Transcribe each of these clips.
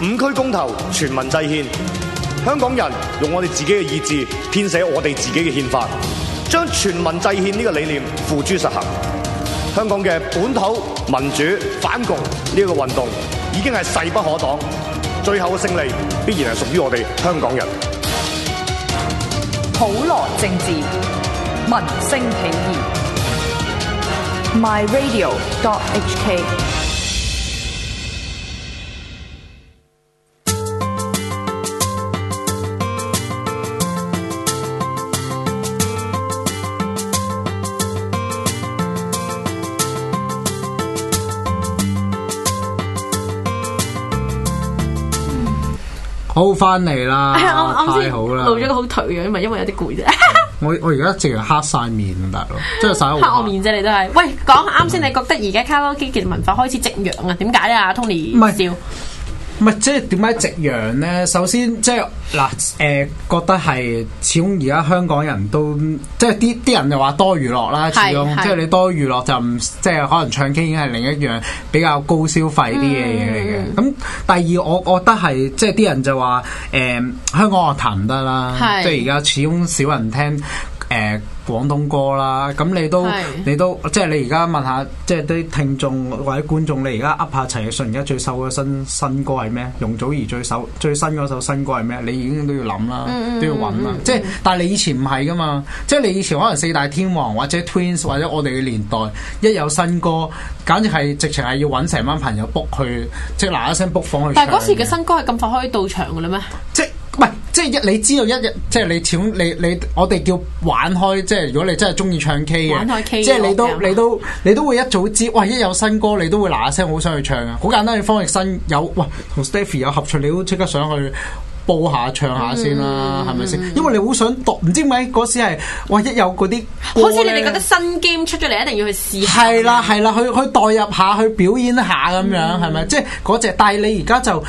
五區公投，全民制憲。香港人用我哋自己嘅意志編寫我哋自己嘅憲法，將全民制憲呢個理念付諸實行。香港嘅本土民主反共呢個運動已經係勢不可擋，最後嘅勝利必然係屬於我哋香港人。普羅政治，民聲起義。myradio.hk 好翻嚟 啦，係啊我啱太先好啦！露咗個好頹樣，咪因為有啲攰啫，我我而家直情黑晒面大 佬，真係晒得黑好我面啫，你都係。喂，講下啱先，你覺得而家卡拉 OK 嘅文化開始夕陽啊？點解啊，Tony？唔係笑唔係，即係點解夕陽咧？首先即係嗱，誒、覺得係始終而家香港人都即係啲啲人就話多娛樂啦，始係終係即係你多娛樂就唔即係可能唱 K 已經係另一樣比較高消費啲嘅嗯嘢嚟嘅。咁、第二，我我覺得係即係啲人就話誒、香港樂壇唔得啦，係即係而家始終少人聽誒。廣東歌啦，咁你都係你都即係你而家問下，即係啲聽眾或者觀眾，你而家噏下陳奕迅而家最收嗰新新歌係咩？容祖兒最首最新嗰首新歌係咩？你已經都要諗嗯啦，都要揾啦。即係但係你以前唔係噶嘛，即係你以前可能四大天王或者 Twins 或者我哋嘅年代，一有新歌，簡直係直情係要揾成班朋友 book 去，即係嗱一聲 book 房去唱。但係嗰時嘅新歌係咁快可以到場嘅啦咩？即唔係即係一你知道一日，即係你始終你你我哋叫玩開，即係如果你真係中意唱 K 玩開嘅， K 即係你嘅都我哋你都你都會一早知，哇！一有新歌你都會嗱嗱聲好想去唱啊！好簡單，你方力申有喂同 Stephy 有合唱，你都即刻想去。報下唱下先啦，嗯係咪先？因為你好想讀，唔知點解嗰時係，哇！一有嗰啲歌好似你哋呢覺得新 game 出咗嚟，一定要去試下。係啦係啦，去去代入下，去表演下咁嗯樣，係咪、即係嗰只，但係你而家就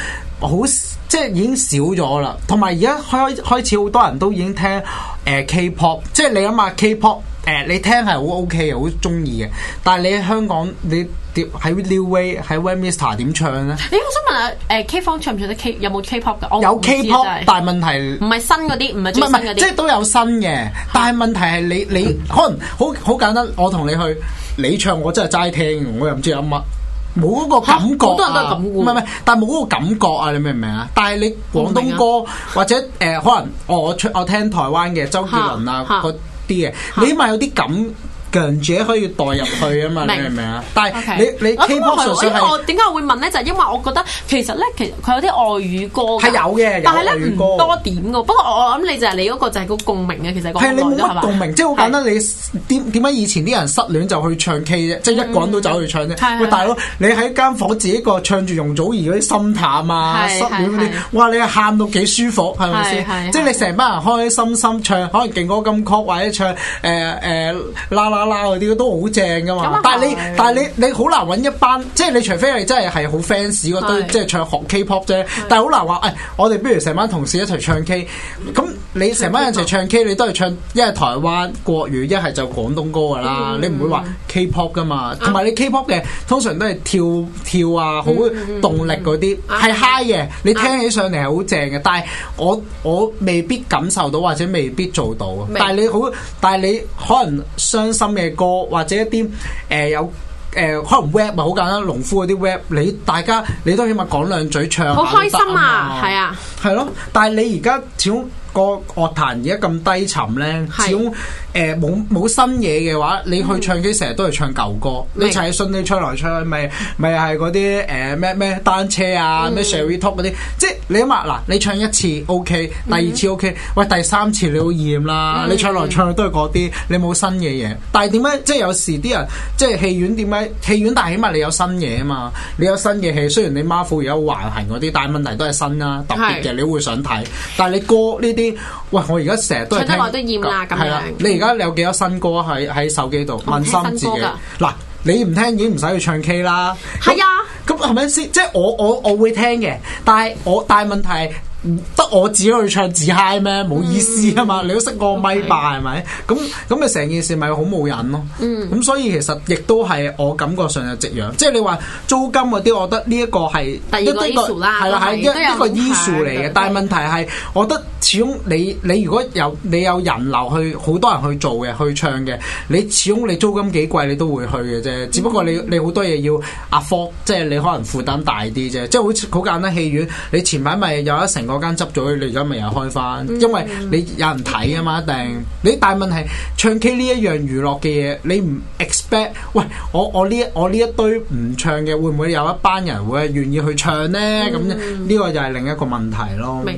好即係已經少咗啦，同埋而家開開始好多人都已經聽誒、呃 K-pop，即係你諗下 K-pop 誒、呃你聽係好 OK 嘅，好中意嘅，但係你喺香港你點喺 New Way 喺 w e m i s t e r 點唱咧？咦，我想問下，誒 K 方唱唔唱得 K？有冇 K-pop 嘅？我有唔知啊 K-pop，真係但係問題唔。係新嗰啲，唔係唔係最新唔係，嗰即係啲。都有新嘅，但係問題係你你可能好好簡單，我同你去你唱，我真係齋聽，我又唔知有乜。冇嗰個感覺、啊，嚇好多人都係咁喎唔係唔係，但係冇嗰個感覺啊！你明唔明啊？但係你廣東嗯啊歌或者誒、呃可能我我出我聽台灣嘅周杰倫啊嚇嚇嗰啲嘅，你起碼有啲感嘅自己可以代入去啊嘛！你明明唔明啊？但 O 係 K 你你 K-pop 純粹係我點解我會問咧？就係因為我覺得其實咧，其實佢有啲外語歌㗎係有嘅有但係咧外語唔歌多點嘅。不過我我諗你就係你嗰個就係個共鳴嘅，其實講係啊你冇咁耐都係乜嘛共鳴，即係好簡單。你點點解以前啲人失戀就去唱 K 啫？即係一個人都走去唱啫。係喂，係大佬，你喺間房自己個唱住容祖兒嗰啲心淡啊、係失戀嗰啲係係，哇！你喊到幾舒服，係咪係先？係即係你成班人開開心心唱，可能勁歌金曲或者唱誒誒啦啦啦嗰啲都好正噶咁嘛啊。但係你係但係你你好難揾一班，即係你除非你真係係好 fans 嗰堆，係即係唱學 K-pop 啫。但係好難話誒、哎我哋不如成班同事一齊唱 K。咁你成班人一齊唱 K，你都係唱一係台灣國語，一係就廣東歌㗎啦。你唔會話 K-pop 㗎嘛？同埋你 K-pop 嘅通常都係跳跳啊，好動力嗰啲，係 high 嘅。你聽起上嚟係好正嘅，但係我我未必感受到或者未必做到。啊但係你好，但係你可能傷心嘅歌或者一啲誒、呃有。誒、呃可能 rap 咪好簡單，農夫嗰啲 rap，你大家你都起碼講兩嘴唱下好開都得心啊，係啊。係咯，但係你而家始終個樂壇而家咁低沉咧，係始終誒呃冇冇新嘢嘅話，你去唱 K 成日都係唱舊歌，你嗯明陳奕迅你唱來唱去咪咪係嗰啲誒咩咩單車嗯啊咩 Sherry Talk 嗰啲，即係你諗下嗱，你唱一次 OK，第嗯二次 OK，喂第三次你好厭啦，你唱來唱去都係嗰啲，你冇新嘅嘢。但係點解即係有時啲人即係戲院點解戲院，但係起碼你有新嘢啊嘛，你有新嘅戲，雖然你 Marvel 而家橫行嗰啲，但係問題都係新啦，特別嘅係你會想睇。但係你歌呢啲，喂我而家成日都係聽唱得耐都厭啦咁樣係啦，你而家有幾多新歌喺喺手機度？我唔問聽心自新己歌㗎嗱。你唔聽已經唔使去唱 K 啦，係啊咁係咪先？即係我我我會聽嘅，但係我但係問題係得我自己去唱自嗨咩？冇意思啊嗯嘛！你都識個咪霸係咪？咁咁咪成件事咪好冇癮咯。嗯咁、所以其實亦都係我感覺上嘅夕陽，即係你話租金嗰啲，我覺得呢一個係第二個一個 issue 啦係啦係一都係一個都有影響 issue 嚟嘅嘅。但係問題係，我覺得始終你你如果有你有人流去，好多人去做嘅去唱嘅，你始終你租金幾貴你都會去嘅啫。只不過你你好多嘢要壓科，即係你可能負擔大啲啫。即係好似好簡單戲院，你前排咪有一成嗰間執咗，你而家咪又開翻，因為你有人睇啊嘛，一定。你但係問題唱 K 呢一樣娛樂嘅嘢，你唔 expect，喂，我我呢一我呢一堆唔唱嘅，會唔會有一班人會願意去唱呢？咁呢個又係另一個問題咯。明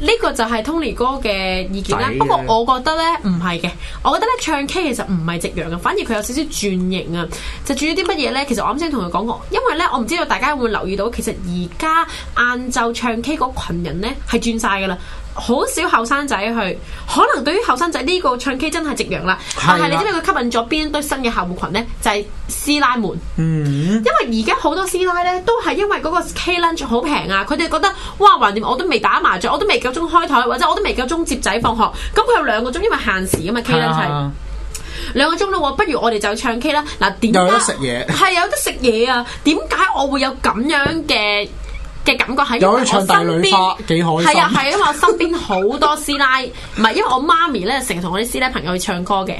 呢個就係 Tony 哥嘅意見啦仔嘅。不過我覺得咧唔係嘅，我覺得咧唱 K 其實唔係夕陽嘅，反而佢有少少轉型啊。就轉咗啲乜嘢咧？其實我啱先同佢講過，因為咧我唔知道大家會唔會留意到，其實而家晏晝唱 K 嗰群人咧係轉晒㗎啦。好少後生仔去，可能對於後生仔呢個唱 K 真係夕陽啦。但係係你啦知唔知佢吸引咗邊一堆新嘅客戶群咧？就係、師奶們。嗯，因為而家好多師奶咧，都係因為嗰個 K lunch 好平啊，佢哋覺得哇，橫掂我都未打麻雀，我都未夠鐘開台，或者我都未夠鐘接仔放學，咁佢有兩個鐘，因為限時啊嘛 K 係 lunch 係啊，兩個鐘咯喎，不如我哋就去唱 K 啦。嗱，點解又有得食嘢係有得食嘢啊？點解我會有咁樣嘅？嘅感覺係因又為可我以唱身大女花幾開邊心係啊係，因為我身邊好多師奶，唔係因為我媽咪咧成日同我啲師奶朋友去唱歌嘅。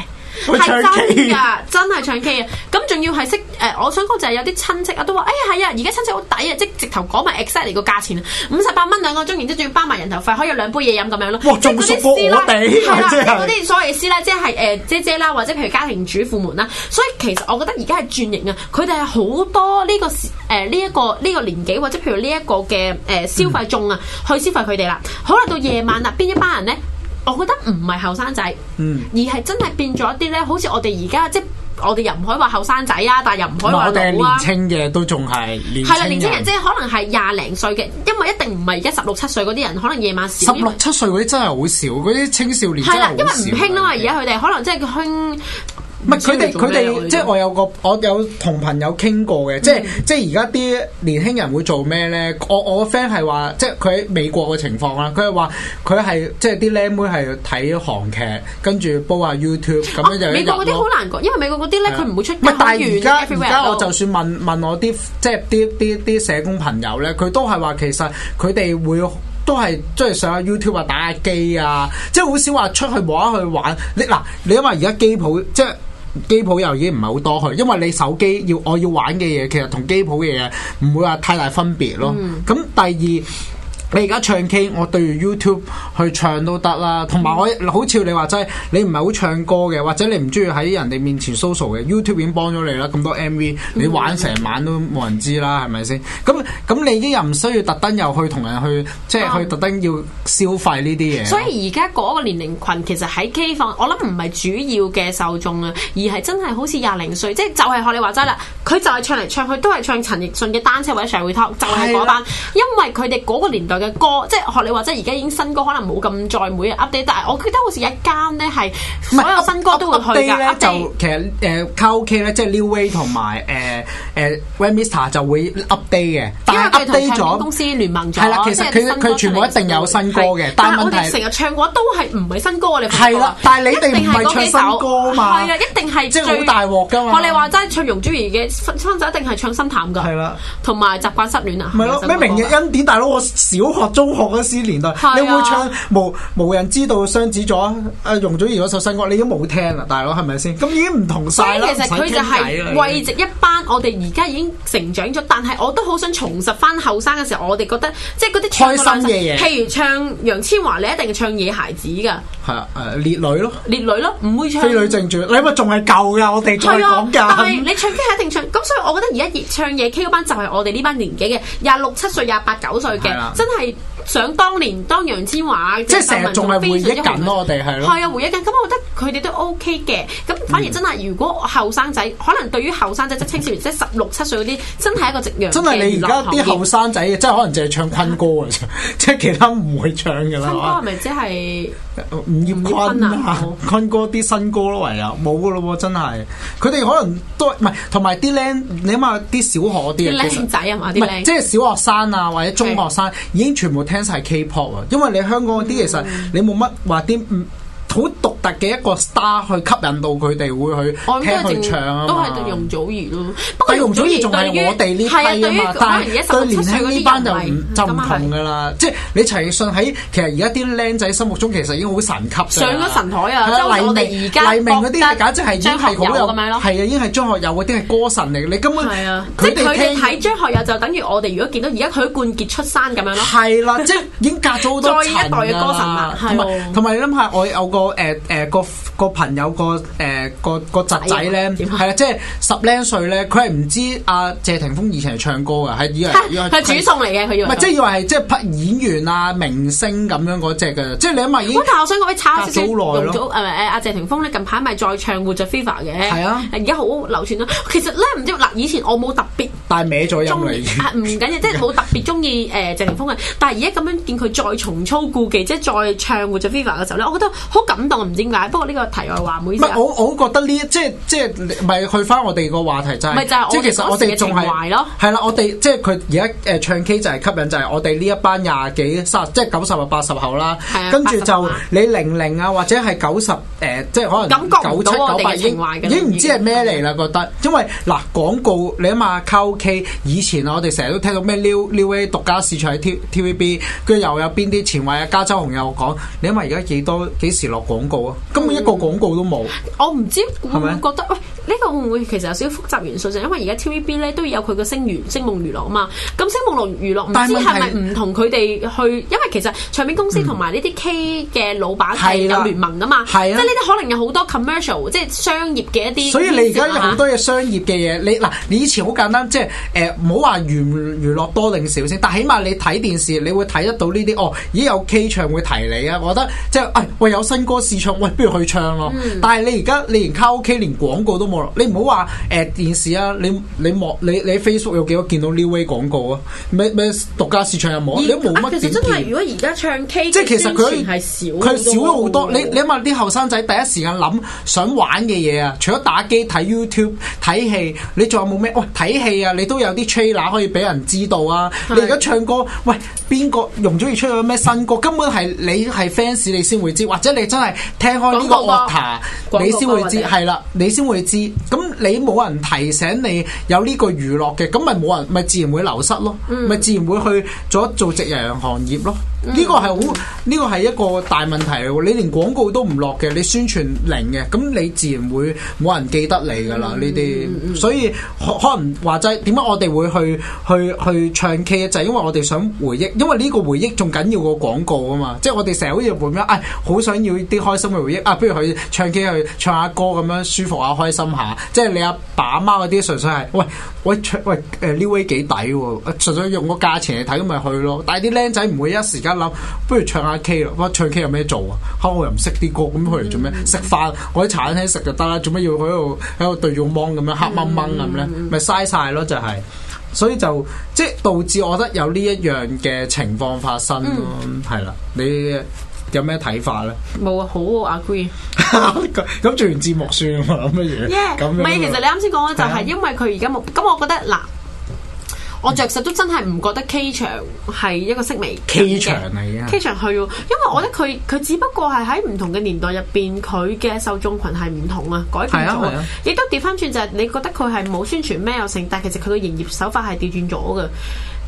去係唱 K 真㗎，真係唱 K 啊！咁仲要係識誒、我想講就係有啲親戚啊，都話：哎呀係啊，而家親戚好抵啊，即係直頭講埋 exactly 個價錢啊，五十八蚊兩個鐘，然之後仲要包埋人頭費，可以有兩杯嘢飲咁樣咯。哇仲熟過我哋即係真係嗰啲師奶係啦即係嗰啲所謂嘅師奶，即係誒姐姐啦，或者譬如家庭主婦們啦，所以其實我覺得而家係轉型啊，佢哋係好多呢個時誒呢一個呢個年紀，或者譬如呢一個嘅誒消費眾啊，去消費佢哋啦。好啦，到夜晚啦，邊一班人咧？我覺得唔係後生仔，嗯而係真係變咗一啲咧，好似我哋而家即係我哋又唔可以話後生仔啊，但係又唔可以話我哋係老啊。年青嘅，都仲係年係啦，青年青人人即。係可能係廿零歲嘅，因為一定唔係而家十六七歲嗰啲人，可能夜晚十少。因為六七歲嗰啲真係好少，嗰啲青少年真係係啦，好因為唔少興啦啊嘛，而家佢哋可能即係佢興。唔係佢哋啊佢哋即係我有有個我有同朋友傾過嘅，即嗯係即係而家啲年輕人會做咩咧？我我個 friend 係話，即係佢喺美國嘅情況啊啦，佢係話佢係即係啲僆妹係睇韓劇，跟住煲下 YouTube 咁樣就啊哦美國嗰一日啲咯好難講，因為美國嗰啲咧佢唔會出街唔係，但係遠而家而 everywhere 家我都就算問問我啲即係啲啲啲社工朋友咧，佢都係話其實佢哋會。都係即係上下 YouTube 啊，打下機啊，即係好少話出去冇得去玩。你嗱，你因為而家機鋪即係機鋪又已經唔係好多去，因為你手機要我要玩嘅嘢，其實同機鋪嘅嘢唔會話太大分別咯。嗯咁、第二。你而家唱 K，我對住 YouTube 去唱都得啦。同埋我嗯好似你話齋，你唔係好唱歌嘅，或者你唔中意喺人哋面前 social 嘅，YouTube 已經幫咗你啦。咁多 MV，你嗯玩成晚都冇人知啦，係咪先？咁咁你已經又唔需要特登又去同人去，即係去啱特登要消費呢啲嘢。所以而家嗰個年齡群其實喺 K 房，我諗唔係主要嘅受眾啊，而係真係好似廿零歲，即係就係學你話齋啦，佢就係唱嚟唱去都係唱陳奕迅嘅《單車》或者《社會 talk》，就係嗰班，因為佢哋嗰個年代嘅歌，即係學你話齋，而家已經新歌可能冇咁再每日 update，但係我記得好似有一間咧係唔係所有新歌都會 update 去咧㗎就 update。其實誒卡拉 OK 咧，即係 New Way 同埋誒誒 w e m i s t e r 就會 update 嘅，但因為係佢 update 哋同唱片咗公司聯盟咗，係啦其實即係佢新歌佢全部出嚟一定有新歌嘅係但係但係我問題哋成日唱過都係唔係新歌，我哋啊係啦但係你哋唔係唱新歌嘛係啊，一定係即係最好大鑊㗎嘛我哋話齋唱容祖兒嘅新新就一定係唱心淡㗎，係啦，同埋習慣失戀啊，咪咯，係咩咪明日恩典大佬，我小學、中學嗰時年代，係啊你會唱無無人知道雙子座啊，容祖兒嗰首新歌，你都冇聽啊啦，大佬係咪先？咁已經唔同所晒以啦，其實佢就係係慰藉一班我哋而家已經成長咗，但係我都好想重拾翻後生嘅時候，我哋覺得即係嗰啲開唱心嘅嘢譬如唱楊千嬅，你一定唱野孩子㗎，係啊誒烈女咯，烈女咯，唔會唱飛女正傳，你咪仲係舊噶，我哋再係啊講，但係㗎。你唱 K 係一定唱，咁所以我覺得而家熱唱夜 K 嗰班就係我哋呢班年紀嘅廿六七歲、廿八九歲係啦嘅，真係想當年當楊千嬅，即係成日仲係回憶緊咯，我哋。哋係咯。係啊，回憶緊，咁我覺得佢哋都 OK 嘅。咁反而真係，如果後生仔，可能對於後生仔即係青少年，即係十六七歲嗰啲，真係一個夕陽嘅真係你而家啲後啊 生仔，真係可能淨係唱坤歌嘅啫，即係其他唔會唱㗎新歌係啦。咪即係吳業坤啊吳業坤啊啊好，坤哥啲新歌咯，唯有冇噶咯喎，真係佢哋可能都唔係，同埋啲僆，你諗下啲小學嗰啲啲啊，其實靚仔啊嘛，唔啲係，靚即係小學生啊，或者中學生已經全部聽晒 K-pop 啊，因為你香港嗰啲嗯其實你冇乜話啲嗯好獨特嘅一個 star 去吸引到佢哋會去我諗都聽係佢唱啊嘛淨都係對容祖兒咯。不過但容祖兒仲係對於我哋呢係批啊對於嘛，可能但而家係十對六七年歲輕嗰呢啲班就唔人為就唔咁啊係同噶啦。即係你陳奕迅喺其實而家啲僆仔心目中其實已經好神級㗎啦上咗神台啊係即係我哋黎明而家黎明嗰啲係簡直係已經係好張學友有咁樣咯係啊，已經係張學友嗰啲係歌神嚟，你根本係啊，即係佢哋睇張學友就等於我哋如果見到而家佢冠傑出山咁樣咯。係啦，即係已經隔咗好多再一代嘅歌神啦層㗎啦係喎同埋同埋你諗下，我有個誒誒個個朋友個誒個個侄仔咧，仔啊點啊係啦，即係十零歲咧，佢係唔知阿謝霆鋒以前係唱歌嘅，係以為以為佢煮餸嚟嘅，佢要唔係即係以為係即係拍演員啊明星咁樣嗰只嘅，即係你諗下已經喂，但係我想講，你炒少少隔咗好耐容咯祖誒誒呃阿謝霆鋒咧，近排咪再唱《活着 Fever》嘅，係啊而家好流傳啦。其實咧，唔知嗱，以前我冇特別但係歪咗音中嚟已意經。啊，唔緊要，即係冇特別中意誒謝霆鋒嘅。但係而家咁樣見佢再重操故技，即係再唱《活着 Fever》嘅時候咧，我覺得好感動，唔知點解。不過呢個題外話，唔好意唔思啊係我，我覺得呢，即係即係，唔係去翻我哋個話題就咪係，就係我即係其實我哋仲嗰時嘅情懷係咯係啦，我哋即係佢而家誒唱 K 就係吸引，就係我哋呢一班廿幾三十，即係九十啊八十後啦係啊，跟住80後就啊你零零啊，或者係九十誒，即係可能感覺九唔到七我九哋八嘅已經情懷㗎已啦經唔知係咩嚟啦，覺得因為嗱廣告你諗下卡拉 OK 以前啊我哋成日都聽到咩 New New A 獨家市場喺 T TVB，跟住又有邊啲前衞啊，加州紅又講，你諗下而家幾多幾時落廣告啊？根本一個嗯廣告都冇。我唔知會唔會係咪覺得喂呢、個會唔會其實有少少複雜元素，就因為而家 TVB 咧都有佢嘅星娛星夢娛樂啊嘛。咁星夢娛樂唔但係知問題係咪唔同佢哋去，因為其實唱片公司同埋呢啲 K 嘅老闆係係啦有聯盟噶嘛，即嗯係係啊呢啲可能有好多 commercial 即係商業嘅一啲。啊所以你而家有好。多嘅商業嘅嘢，你嗱，你以前好簡單，即係誒唔好話娛娛樂多定少先，但起碼你睇電視，你會睇得到呢啲哦，咦有 K 唱會提你啊，我覺得即係誒喂有新歌試唱，喂不如去唱咯。嗯但係你而家你連卡拉 OK 連廣告都冇咯，你唔好話誒電視啊，你你望你你 Facebook 有幾多見到 New Way 廣告啊？咩咩獨家市場有冇啊？你都冇啊乜其點實真係，見如。果而家唱 K，即係其實佢係少，佢少咗好多。你你諗下啲後生仔第一時間諗想玩嘅嘢啊，除咗打機、睇 YouTube、睇戲，你仲有冇咩？喂，睇戲啊，你都有啲 trailer 可以俾人知道啊。係你而家唱歌，喂，邊個容祖兒出咗咩新歌？根本係你係 fans 你先會知，或者你真係聽開呢個廣告樂啊壇，廣告啊你先會知或者係啦，你先會知。咁你冇人提醒你有呢個娛樂嘅，咁咪冇人，咪自然會流失咯，嗯咪、自然會去咗做夕陽行業咯。呢個係好，呢個係一個大問題嚟喎。你連廣告都唔落嘅，你宣傳零嘅，咁你自然會冇人記得你噶嗯啦呢啲。所以可可能話齋點解我哋會去去去唱 K 就係因為我哋想回憶，因為呢個回憶仲緊要過廣告啊嘛。即係我哋成日好似會咁樣，唉，好想要啲開心嘅回憶啊，不如去唱 K 去唱下歌咁樣舒服下、開心下。即係你阿爸阿媽嗰啲純粹係喂喂唱喂誒 New Way 幾抵喎，純粹用個價錢嚟睇咁咪去咯。但係啲僆仔唔會一時間諗，不如唱下 K 咯。哇，唱 K 有咩做啊？嚇我又唔識啲歌，咁去嚟做咩？食飯我喺茶餐廳食就得啦，做乜要喺度喺度對住個芒咁樣黑掹掹咁咧？咪嘥晒咯，就係、所以就即係導致我覺得有呢一樣嘅情況發生咯，嗯係啦、你有咩睇法咧？冇啊，好 agree。 咁做完節目算啊嘛，乜嘢？Yeah，咁樣唔係，其實你啱先講嘅係就啊係因為佢而家冇，咁我覺得嗱，我着實都真係唔覺得 K 場係一個式微 K 場嚟啊 K 場去喎，因為我覺得佢佢只不過係喺唔同嘅年代入邊，佢嘅受眾群係唔同啊，改變係咗啊係啊啊。亦都調翻轉就係你覺得佢係冇宣傳咩又成，但係其實佢嘅營業手法係調轉咗嘅。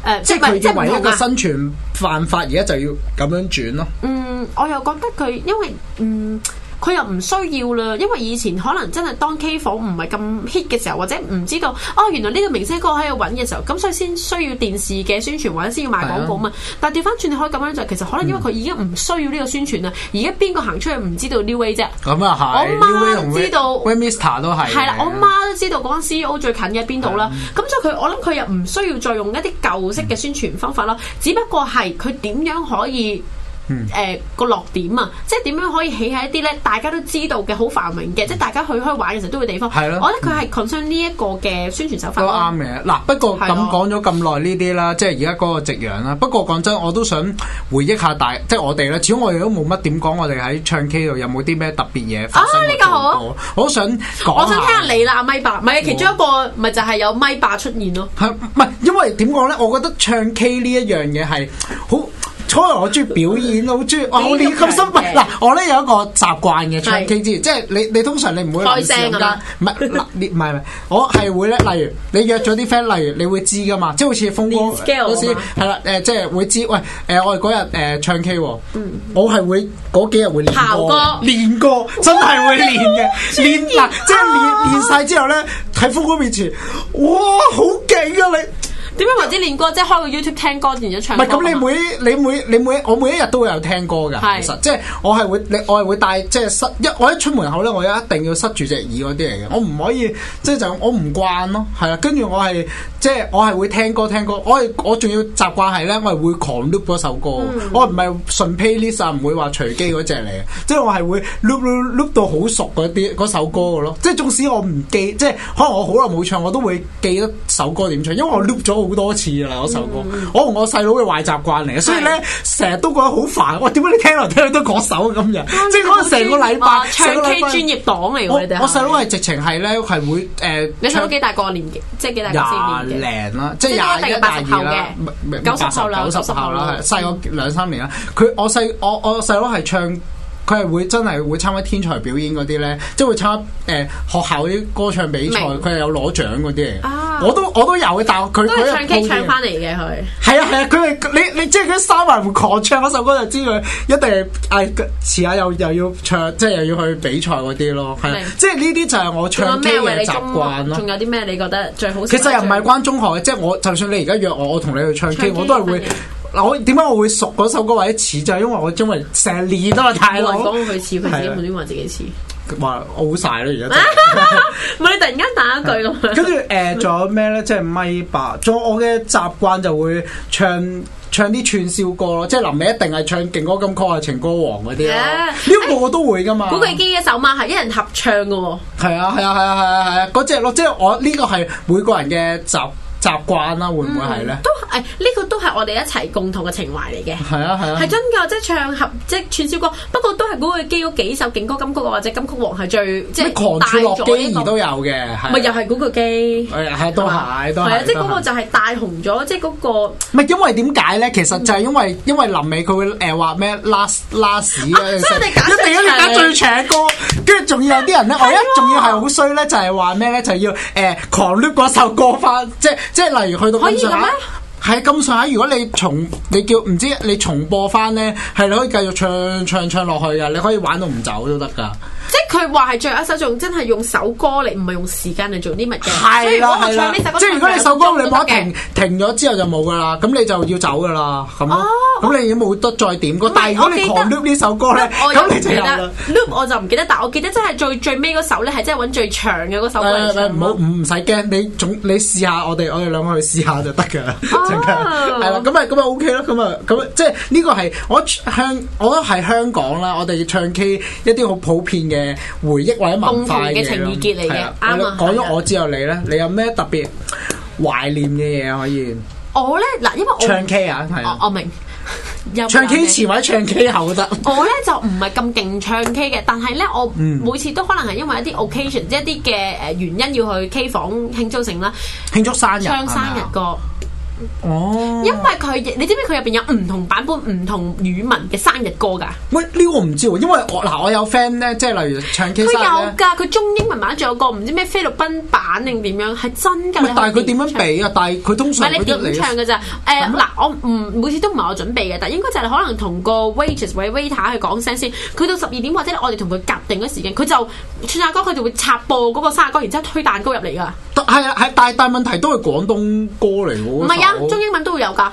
誒，即係唔係佢即要係唔為一同個啊生存辦法，而家就要咁樣轉咯。嗯，我又覺得佢因為嗯。佢又唔需要啦，因為以前可能真係當 K 房唔係咁 hit 嘅時候，或者唔知道哦，原來呢個明星歌喺度揾嘅時候，咁所以先需要電視嘅宣傳或者先要賣廣告嘛。但係調翻轉你可以咁樣就係其實可能因為佢已經唔需要呢個宣傳啦，而家邊個行出去唔知道 New Way 啫？咁啊係，我媽呢位同知道 w e m i s t e r 都係嘅。嗯係啦，我媽都知道嗰間 CEO 最近嘅邊度啦。咁所以佢我諗佢又唔需要再用一啲舊式嘅宣傳方法啦，只不過係佢點樣可以嗯誒個落點啊，即係點樣可以起喺一啲咧大家都知道嘅好繁榮嘅，即係大家去可以玩嘅時候都會地方。係咯我覺得佢係 concern 呢一個嘅宣傳手法都咯啱嘅。嗱，不過咁係咯講咗咁耐呢啲啦，即係而家嗰個夕陽啦。不過講真，我都想回憶下大，即係我哋咧，始終我哋都冇乜點講，我哋喺唱 K 度有冇啲咩特別嘢發生啊呢個好啊過我都想講我想聽下你啦，阿咪哦爸，咪其中一個咪就係有咪爸出現咯。係唔係？因為點講咧？我覺得唱 K 呢一樣嘢係好。初來我中意表演，好中意，哇！我表演練咁辛苦。嘅嗱，我咧有一個習慣嘅唱係 K 之前，即係你你通常你唔會臨時開聲咁啊嘛唔係嗱，你唔係唔係，我係會咧，例如你約咗啲 friend，例如你會知噶嘛，即係好似風光練 scale 嗰時啊嘛係啦，誒即係會知，喂誒我哋嗰日誒唱 K 喎，我係會嗰幾日會練刨歌嗯歌嘅，練歌真係會練嘅，練嗱即係練練晒之後咧，喺風光面前，哇好勁啊你！點樣或者練歌，即係開個 YouTube 聽歌，然咗唱唔歌係啊嘛。咁，你每你每你每我每一日都會有聽歌㗎，係其實即係我係會你我係會帶即係塞一我一出門口咧，我一定要塞住隻耳嗰啲嚟嘅，我唔可以即係就我唔慣咯，係啦，跟住我係即係我係會聽歌聽歌，我係我仲要習慣係咧，我係會狂 loop 嗰首歌嘅，我唔係純 playlist 啊，唔會話隨機嗰只嚟嘅，即係我係會 loop loop loop 到好熟嗰啲嗰首歌嘅咯，即係縱使我唔記，即係可能我好耐冇唱，我都會記得首歌點唱，因為我 loop 咗好多次㗎啦嗰首歌，我同我細佬嘅壞習慣嚟嘅，所以咧成日都覺得好煩，喂點解你聽嚟聽去都嗰首咁樣，即係可能成個禮哇拜唱成個 K 禮拜嗯專業黨嚟我喎，你哋係我細佬係直情係咧係會誒，你細佬唱幾大個年紀？即係幾大個先年紀？廿零啦，即係即係都一廿定一、係八十廿後二啦嘅，唔唔九十後啦八九九十十後後啦，啦係細我兩三年啦。佢我細我我細佬係唱。佢係會真係會參加天才表演嗰啲咧，即係會參加誒、學校啲歌唱比賽，明佢係有攞獎嗰啲嚟嘅啊我都我都有嘅，但係佢都佢係係唱 K 報唱嘅翻嚟嘅佢。係啊係啊，佢係你你即係佢三環狂唱嗰首歌就知佢一定係誒遲下又又要唱，即係又要去比賽嗰啲咯，係啊明即係呢啲就係我仲有唱 K 咩為嘅你習中慣咯仲。有啲咩你覺得最好笑？其實又唔係關中學嘅，即係我就算你而家約我，我同你去唱 K，唱 K 我都係會嘅。嗱，我點解我會熟嗰首歌或者似就係因為我因為成日練啊嘛，大冇人佬講佢似，佢自己係啊無端話自 己似。話我好晒啦 而家唔係你突然間打一句咁啊真係。跟。樣 住誒，仲有咩咧？即係咪白？仲有我嘅習慣就會唱。唱啲串燒歌咯，即係臨尾一定係唱勁歌金曲啊、情歌王嗰啲咯。 Yeah 呢個我都會噶嘛。古巨基一首嘛係一人合唱嘅喎，係啊係啊係啊係啊係啊，嗰只咯，即係我呢個係每個人嘅習習慣啦，會唔會係咧？嗯都誒呢個都係我哋一齊共同嘅情懷嚟 嘅。係啊係啊。係真㗎，即係唱合即係串燒歌，不過都係古巨基嗰幾首勁歌金曲啊或者金曲王係最即咩係狂帶跳落咗機呢兒個都，有嘅，係咪又係古巨基。誒係都係都係啊！係，即係嗰個都係就係帶紅咗，即係嗰個唔係因為點解咧？其實就係因為因為臨尾佢會誒話咩 last last 嗰陣啊所以你揀時，一定要你揀最長歌，跟住仲要有啲人咧，我一仲要係好衰咧，就係話咩咧？就要誒狂 loop 嗰首歌翻，即即係例如去到可以咁啊上嘅下咩。係咁上下，如果你重你叫唔知你重播翻咧，係你可以繼續唱唱唱落去噶，你可以玩到唔走都得噶。即係佢話係最後一首，仲真係用首歌嚟，唔係用時間嚟做啲乜嘢。所係以如啦果我係啦唱呢首，歌，即係如果你首歌你冇冇得停停咗之後就冇噶啦，咁你就要走噶啦，咁咯哦咁你已經冇得再點過。但係如果我記你得狂 loop 呢首歌咧，我又咁唔你就記有得啦。 loop 我就唔記得，但我記得真係最最尾嗰首咧，係真係揾最長嘅嗰首歌嚟誒唱唔好咯。唔唔使驚，你總你試下我哋我哋兩個去試下就得㗎啦，陣間哦係啦，咁啊咪咁咪 OK 咯，咁咪咁啊咪即係呢個係我香我覺得係香港啦，我哋唱 K 一啲好普遍嘅回憶或者文共同化嘅嘢咯情意結嚟嘅係啦啱啊講係啊咗我之後你咧，你有咩特別懷念嘅嘢可以我咧嗱，因為我唱 K 啊？係啊我。我 明又唱 K 難嘅前或者唱 K 後都得。我咧就唔係咁勁唱 K 嘅，但係咧我每次都可能係因為一啲 occasion，即係一啲嘅誒原因要去 K 房慶祝成啦，慶祝生日，唱生日係咪啊歌，哦，因為佢你知唔知佢入邊有唔同版本、唔同語文嘅生日歌㗎？喂呢個我唔知喎，因為我嗱我有 friend 咧，即係例如唱 K 佢生日有咧，㗎，佢中英文版仲有個唔知咩菲律賓版定點樣，係真㗎。喂你但係可以佢點樣唱？俾啊？但係佢通唔常佢係你一嚟點唱嘅啊㗎咋？誒嗱，我唔每次都唔係我準備嘅，但應該就係可能同個 waitress 或者 waiter 去講聲先。佢到十二點或者我哋同佢夾定嗰時間，佢就唱下歌，佢就會插播嗰個生日歌，然之後推蛋糕入嚟㗎。係啊係，但係但係問題都係廣東歌嚟喎。唔唔係啊，中英文都會有㗎。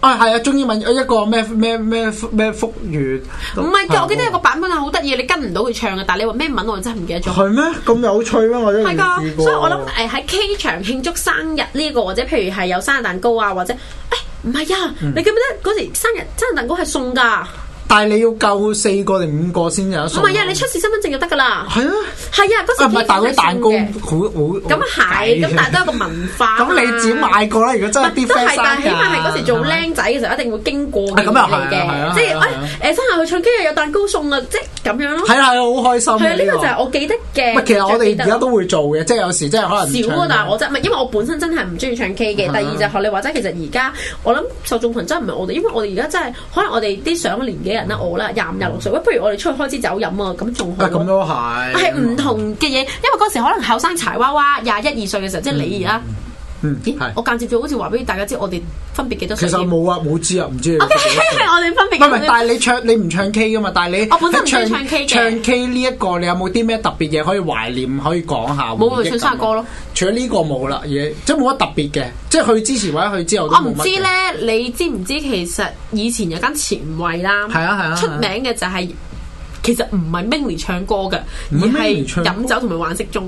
啊係啊，中英文一個咩咩咩咩福啊語，唔係㗎，我記得有哦個版本係好得意，你跟唔到佢唱嘅，但係你話咩文我真係唔記得咗。係咩咁有趣咩？我真係係未試㗎，過。所以我諗誒喺 K 場慶祝生日呢、個，或者譬如係嗯有生日蛋糕啊，或者誒唔係啊，你記唔記得嗰時生日生日蛋糕係送㗎？但係你要夠四個定五個先有得唔送。係啊，你出示身份證就得㗎啦。係啊，係啊，嗰時啊唔係，但係嗰啲蛋糕幾好好咁啊係，咁但係都有個文化嘛。咁你自己買過啦，如果真係唔啲係都 friend 係，但係生起日碼係嗰時做係咪僆仔嘅時候，一定會經過嘅啊咁又係啊嘢嚟係啊嘅，即係哎係啊係啊誒誒生日去唱 K 又有蛋糕送啊，即係咁樣咯。係啦，係好開心嘅。係啊，呢個個就係我記得唔係嘅。其實我最哋記得而家都會做嘅，即係有時即係可能少啊唱，但係我真係唔係因為我本身真係唔中意唱 K 嘅。啊第二就學你話齋，其實而家我諗受眾群真係唔係我哋，因為我哋而家真係可能我哋啲上咗年紀人啦，我啦廿五廿六歲，喂，不如我哋出去開支酒飲啊，咁仲好啊啊。咁都係係唔同嘅嘢，因為嗰時可能後生柴娃娃廿一二歲嘅時候，即係你而家。嗯咦係，我間接咗好似話俾大家知，我哋分別幾多其歲實添？冇啊，冇知啊，唔知你 O 幾 K，多歲。係 我哋分唔係別唔係，但係你唱你唔唱 K 噶嘛？但係你我本身唔中意喺唱 K 嘅唱 K 呢一個你有冇啲咩特別嘢可以懷念可以講下？冇回憶咪唱生日歌咯咁樣。除咗呢個冇啦，嘢即係冇乜特別嘅，即係去之前或者去之後都我冇啊唔乜嘅。知咧，你知唔知其實以前有間前衞啦，係啊係啊出名嘅就係、其實唔係 Mingli 唱歌嘅，而唔係 Mingli 係唱歌飲酒同埋玩骰盅。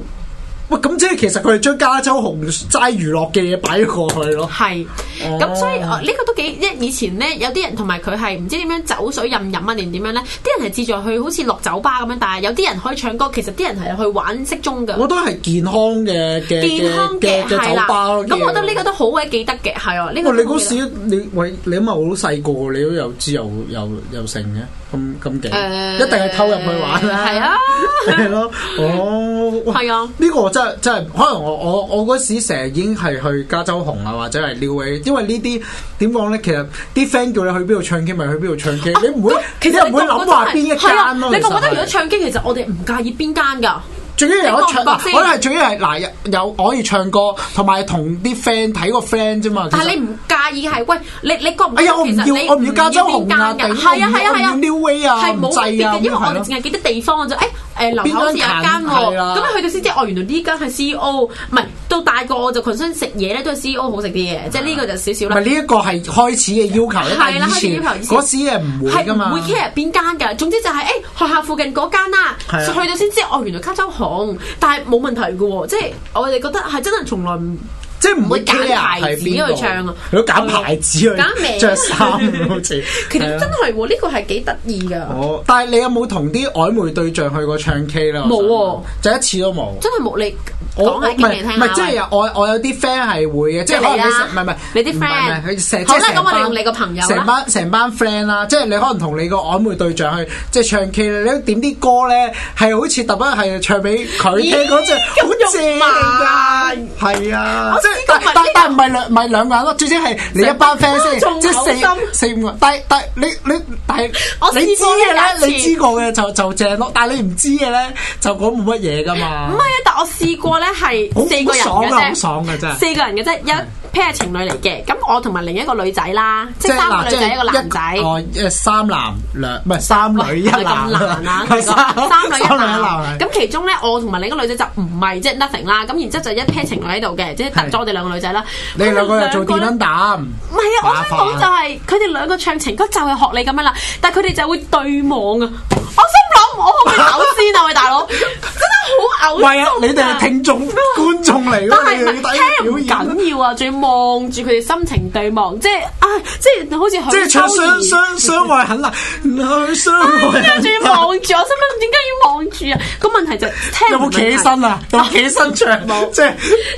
喂，咁即係其實佢哋將加州紅齋娛樂嘅嘢擺過去咯。係，哦咁所以呃呢個都幾，因為以前咧有啲人同埋佢係唔知點樣酒水任飲啊定點樣咧，啲人係志在去好似落酒吧咁樣，但係有啲人可以唱歌，其實啲人係去玩骰盅㗎。我都係健康嘅嘅健康嘅嘅係啦，酒吧咯。咁我覺得呢個都好鬼記得嘅，係啊，呢個喂，你都好嗰記得時你喂你咁啊，我好細個，你都有知有有有剩嘅，咁咁勁，誒一定係偷入去玩啦。係啊， 係咯，哦，哇係啊，呢個我真係真係，可能我我我嗰時成日已經係去加州紅啊，或者係 New Way，因為呢啲點講咧，其實啲 friend 叫你去邊度唱 K 咪去邊度唱 K，你唔會，啊其你實唔會諗話邊一間咯。啊你覺其實唔覺得如果係唱 K 其實我哋唔介意邊間㗎？最緊要有得唱，你覺唔覺嗱先我係最緊要係嗱有有可以唱歌，同埋同啲 friend 睇個 friend 啫嘛。其實但係你唔介意係喂，你你覺唔覺得哎呀，我唔其實你要，我唔要加州邊紅啊，間定㗎係啊係啊我唔係要啊 New Way 啊，係唔冇制特別啊，嘅，因為我咁哋係淨係記得地方嘅啫。誒誒，樓下好似有一間邊間近係啊喎，啦咁你去到先知哦，原來呢間係 C E O，唔係到大個我就 concern 食嘢咧都係 C E O 好食啲嘢，即係呢個就少少咯啦唔係。呢一個係開始嘅要求，係啦但以前開始要求以前嗰時係唔會係噶嘛。唔會 care 邊間㗎，總之就係、誒、學校附近嗰間啦，係啊去到先知哦，原來加州行，但係冇問題嘅喎，即係我哋覺得係真係從來唔即係唔會會揀 care 牌係子邊個去唱啊你都揀牌子去揀名着衫好似。 其係實啊真係喎，呢個係幾得意㗎，哦，但係你有冇同啲曖昧對象去過唱 K 啦？冇喎我想問，就一次都冇。真係冇你我講我下唔經歷係聽下。唔係，即係我我有啲 friend 係會嘅，即係可能你你成啦唔係唔係你啲唔係唔係 friend 佢成好啦即係成咁我哋班用你個朋友啦成班成班 friend 啦，即係你可能同你個曖昧對象去即係唱 K 咧，你點啲歌咧係好似特登係唱俾佢聽咦嗰只，好正㗎，係啊，我即係知道但唔係但呢個但唔係兩唔係兩個人咯，最緊係你一班 friend 先，仲即係嘔心四四五個，但係但係你你但係我試過你知嘅咧，有一你次知過嘅就就正咯，但係你唔知嘅咧就講冇乜嘢㗎嘛唔係。啊，但我試過咧係好四個人嘅好啫，爽啊好爽啊真係四個人嘅啫，一 pair 情侶嚟嘅，咁我同埋另一個女仔啦，即係三個嗱女即仔係一個男仔。哦，誒三男兩唔係三女一喂男，咁難啊！係三三女一三男，係咁其中咧，我同埋另一個女仔就唔係即係 ừ, nothing 啦。咁然之後就一 pair 情侶喺度嘅，即係係突咗我哋兩個女仔啦。你哋兩個又做電燈佢哋兩個呢膽，唔係麻啊！我想講煩就係佢哋兩個唱情歌就係學你咁樣啦，但係佢哋就會對望啊！我心諗我可唔可以嘔先啊？喂，大佬，真係好嘔心啊！喂啊！你哋 à. 係聽眾觀眾嚟但㗎，係你哋唔睇聽唔表演，緊要啊，仲要望住佢哋心情對望，即係啊，即係好似即係唱相許修賢相相愛很難，去相愛跟很住難望住，我心諗點解要望住啊？個問題就係聽 有唔明冇企起身啊？有冇企起身唱？冇即係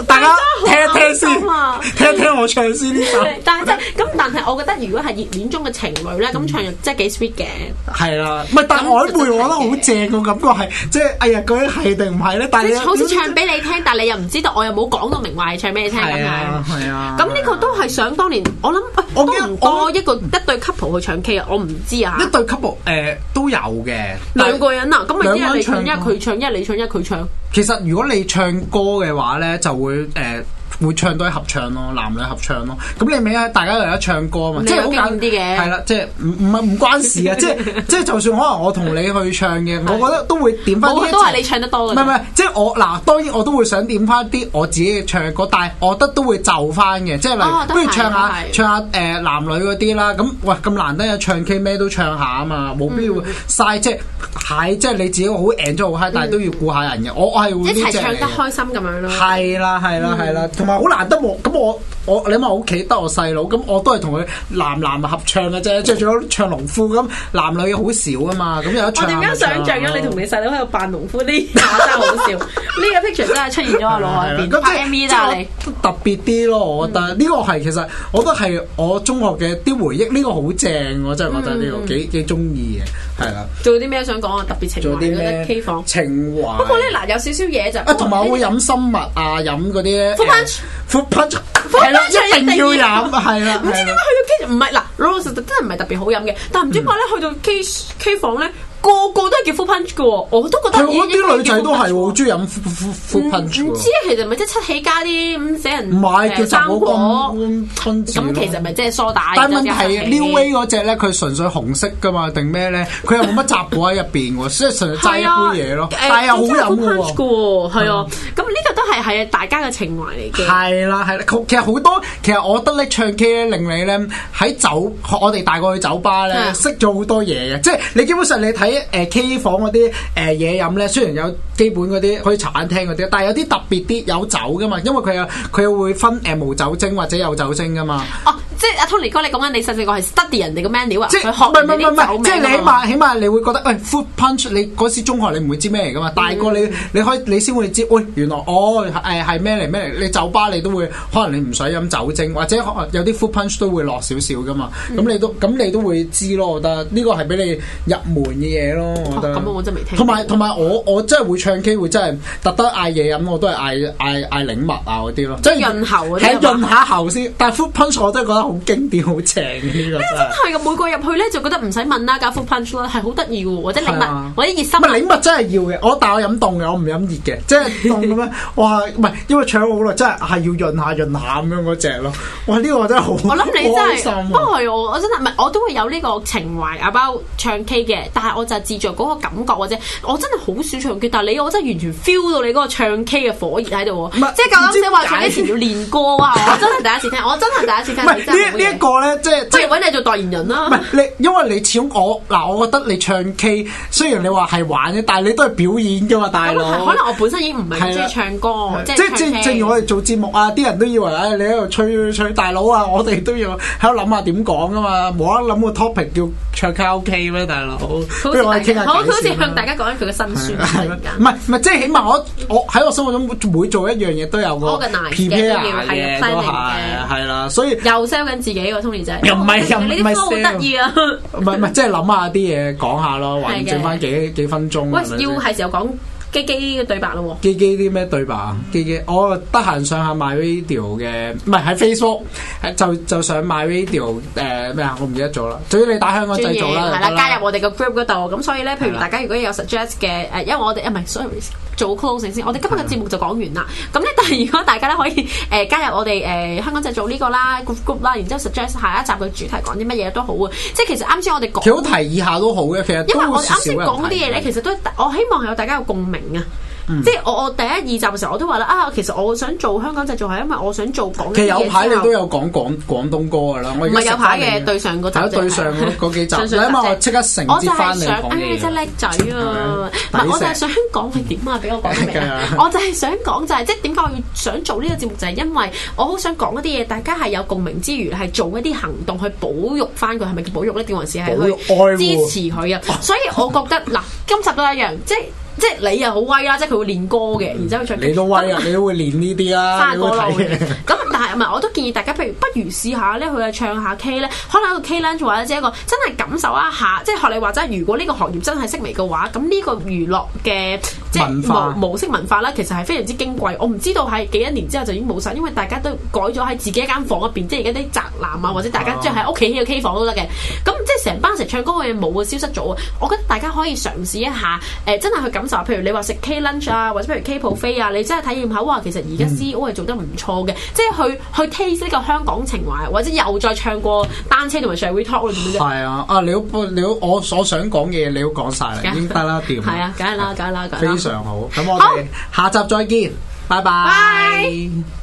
大家聽但係一聽真係好先嘔心啊，聽一聽我唱先呢首。但係即係咁，但係我覺得如果係熱戀中嘅情侶咧，咁唱又真係幾 sweet 嘅。嗯係啦，唔係但係曖昧，我覺得好正個感覺係，即係哎呀，究竟係定唔係咧？但係即你係好似唱俾你聽，但係你又唔知道，我又冇講到明話係唱俾你聽咁係樣啊。係啊咁呢個都係想當年，我諗喂我都記得唔多我一個一對 couple 去唱 K 啊，我唔知啊一對 couple 誒都有嘅，兩個人啊，咁咪一係兩你唱，個一人唱係啊佢唱，一係你唱，一係佢唱。其實如果你唱歌嘅話咧，就會誒、呃、會唱多啲合唱咯，男女合唱咯。咁你咪喺大家又有得唱歌啊嘛，你即係好有簡經驗啲嘅係啦，即係唔唔係唔關事啊，即 係即係就算可能我同你去唱嘅，我覺得都會點翻啲我一都齊係你唱得多唔嘅係啫唔。係，即係我嗱，當然我都會想點翻啲我自己嘅唱嘅歌，但係我覺得都會就翻嘅，即係例哦如都不係如唱下都係唱下誒、呃男女嗰啲啦。咁喂咁難得有唱 K 咩都唱下啊嘛，冇必要嗯嘥即係係即係你自己好 enjoy 好 high，但係都要顧下人嘅。我我係會嗯呢一齊隻唱嚟得嗯嘅。開心咁樣咯。係啦，係啦，係啦，同埋好難得冇咁我我你諗下我屋企得我細佬，咁我都係同佢男男合唱嘅啫，即係最好唱農夫咁，男女好少噶嘛，咁有得我唱點下咪唱咯。樣想像咗你同你細佬喺度扮農夫呢下真係好笑， 呢個 picture 真係出現咗我腦海係啦啊邊咁即係拍 MV 啦你。即係我特別啲咯，我覺得呢個係其實我覺得係我中學嘅啲回憶，呢個好正，我真係覺得呢個幾幾中意嘅，係啦。做啲咩想嗯講啊？特別情做懷啲嗰咩啲 K 房。情懷？不過咧嗱，有少少嘢就啊，同埋我 會飲生物啊，飲嗰啲 Fruit punch ，foot punch， Fruit 係啦， punch 一定要一定要飲，係啦，唔知係點解啦。去到 K 唔係嗱，老老實實真係唔係特別好飲嘅，但唔知點解咧去到 K K 房咧，個個都係叫 full punch 嘅喎，我都覺得佢我應該啲女叫仔 full 都係喎 punch 好喎中意飲 foot 唔 punch 嗯唔喎知其實咪即係七喜加啲咁死人唔係，誒其實生我果，咁咁其實咪即係梳打。但係然之後問加題七喜 New Way 嗰只咧，佢純粹紅色噶嘛，定咩咧？佢又冇乜雜果喺入邊喎，所以純粹齋一杯嘢咯，啊誒但係又好飲嘅真係 full punch 喎。嗯喎，係啊，咁呢個都係係大家嘅情懷嚟嘅。係啦，係啦，其實好多，其實我覺得咧唱 K 咧令你咧喺酒，我哋大個去酒吧咧嗯識咗好多嘢嘅，即係你基本上你睇誒 K 房嗰啲誒嘢飲咧，雖然有基本嗰啲可以茶餐廳嗰啲，但係有啲特別啲有酒噶嘛，因為佢有佢會分誒無酒精或者有酒精噶嘛。哦，即係阿 Tony 哥，你講緊你細細個係 study 人哋嘅 menu 啊，即佢係學唔係唔人係哋唔啲酒係，即係你名起啊嘛碼起碼你會覺得，喂，food punch 你嗰時中學你唔會知咩嚟噶嘛，嗯大個你你可以你先會知，喂原來哦誒係咩嚟咩嚟，你酒吧你都會可能你唔想飲酒精，或者可能有啲 food punch 都會落少少噶嘛，嗯咁你都咁你都會知咯，我覺得呢個係俾你入門嘅嘢咯，我覺得。哦咁我真係未聽過同埋同埋我我真係會唱 K 會真係特登嗌嘢飲，我都係嗌嗌嗌檸蜜啊嗰啲咯，即係潤喉嗰啲係係潤嘛下喉先。但係 food punch 我真係覺得好經典，好正嘅呢個真係。係嘅，每個入去咧就覺得唔使問啦，搞 full punch 啦，係好得意嘅喎，或者禮係啊物，或者熱唔心係禮檸蜜真係要嘅，我但我飲凍嘅，我唔飲熱嘅，即係凍咁 樣。哇，唔係因為搶好耐，真係係要潤下潤下咁樣嗰只咯。哇，呢、個真係好，我我諗你真係，心不啊過係我我真係唔係，我都會有呢個情懷阿包唱 K 嘅，但係我就係自在嗰個感覺或者我真係好少唱 K，但係你我真係完全 feel 到你嗰個唱 K 嘅火熱喺度唔係喎，即係夠唔知膽死話唱 K 點解前要練歌啊！我真係第一次聽，我真係第一次唔聽，係你真係呢好呢一嘢。個咧，即係不即如係。揾你做代言人唔啦係！你，因為你始終我嗱，我覺得你唱 K 雖然你話係玩啫，但係你都係表演噶嘛，大咁佬。可能我本身已經唔係係咁中啦意唱歌，即即係係正正正如我哋做節目啊，啲人都以為唉、你喺度吹吹大佬啊，我哋都要喺度諗下點講啊嘛，冇得諗個 topic 叫唱卡拉 OK 咩，大佬？不如我哋傾下偈先啦啊好好似向大家講緊佢嘅辛係酸啊突係啊然 間唔係唔係，即係起碼我我喺我生活中每做一樣嘢都有個 Organize 嘅 prepare 都要係嘅，有都 planning 係嘅係啦，所以。又 sell 緊自己喎，Tony 仔。又唔係我又唔覺得你係啲歌好 sell 得意啊！唔係唔係，即係諗下啲嘢講下咯，係還嘅剩翻幾幾分鐘。喂係，咪先要係時候講基基嘅對白咯基基啲咩對白啊？基基，我得閒上下 my radio 嘅，唔係喺 Facebook 喺就就上 my radio 誒咩啊？我唔記得咗啦。總之你打香港喎，製造啦，係就啦，得加入我哋個 group 嗰度。咁所以咧，譬係如啦大家如果有 suggest 嘅誒，因為我哋啊唔係，sorry，做 closing 先。我哋今日嘅節目就講完啦。嗯咁咧，但係如果大家咧可以誒加入我哋誒香港製造呢個啦 group group 啦，然之後 suggest 下一集嘅主題講啲乜嘢都好啊。即係其實啱先我哋其實講好。提議下都好嘅，其實因都為好我啱少先人講嗰啲嘢咧，提其實都我希望有大家有共鳴啊！嗯即係我我第一二集嘅時候，我都話啦啊，其實我想做香港製造係因為我想做講其實呢啲嘢有排你之後都有講廣廣東歌噶啦，我唔係有排嘅對上嗰集係啫，啊對上嗰嗰幾集 上上集你諗下啫我即刻承接返你講我嘅嘢就係想唉，真叻仔啊！唔係咪係，我就抵係食想講係點啊？俾我講明 梗係啦啊！我就係想講就係即係點解我要想做呢個節目，就係因為我好想講一啲嘢，大家係有共鳴之餘，係做一啲行動去保育翻佢，係咪叫保育呢？定還是係保育去愛護支持 佢啊？所以我覺得嗱，今集都一樣，即係即係你又好威啦，即係佢會練歌嘅，然之後佢唱你都威啊，你 都會練呢啲啦，生你會果睇路嘅嘅。咁但係唔係我都建議大家，譬如不如試下咧，去唱下 K 咧，可能一個 K lunch 或者即係一個真係感受一下，即係學你話齋，如果呢個行業真係式微嘅話，咁呢個娛樂嘅即文化係模模式文化啦，其實係非常之矜貴。我唔知道喺幾一年之後就已經冇晒，因為大家都改咗喺自己一間房入邊，即係而家啲宅男啊，或者大家啊即係喺屋企嘅 K 房都得嘅。咁即係成班一齊唱歌嘅嘢冇啊，消失咗啊！我覺得大家可以嘗試一下，誒、真係去感受下，譬如你話食 K lunch 啊，或者譬如 K 鋪飛啊，你真係體驗下哇，其實而嗯家 C O 係做得唔錯嘅，即係去去 taste 呢個香港情懷，或者又再唱過單車同埋 s h a r We Talk 咯，點樣啫？係啊，啊你要你要我所想講嘅嘢，你要講晒啊啦，已經得啦，掂啦。啊係啊，梗係啦，梗係啦，梗係啦非。常好。咁我哋下集再見，拜拜。拜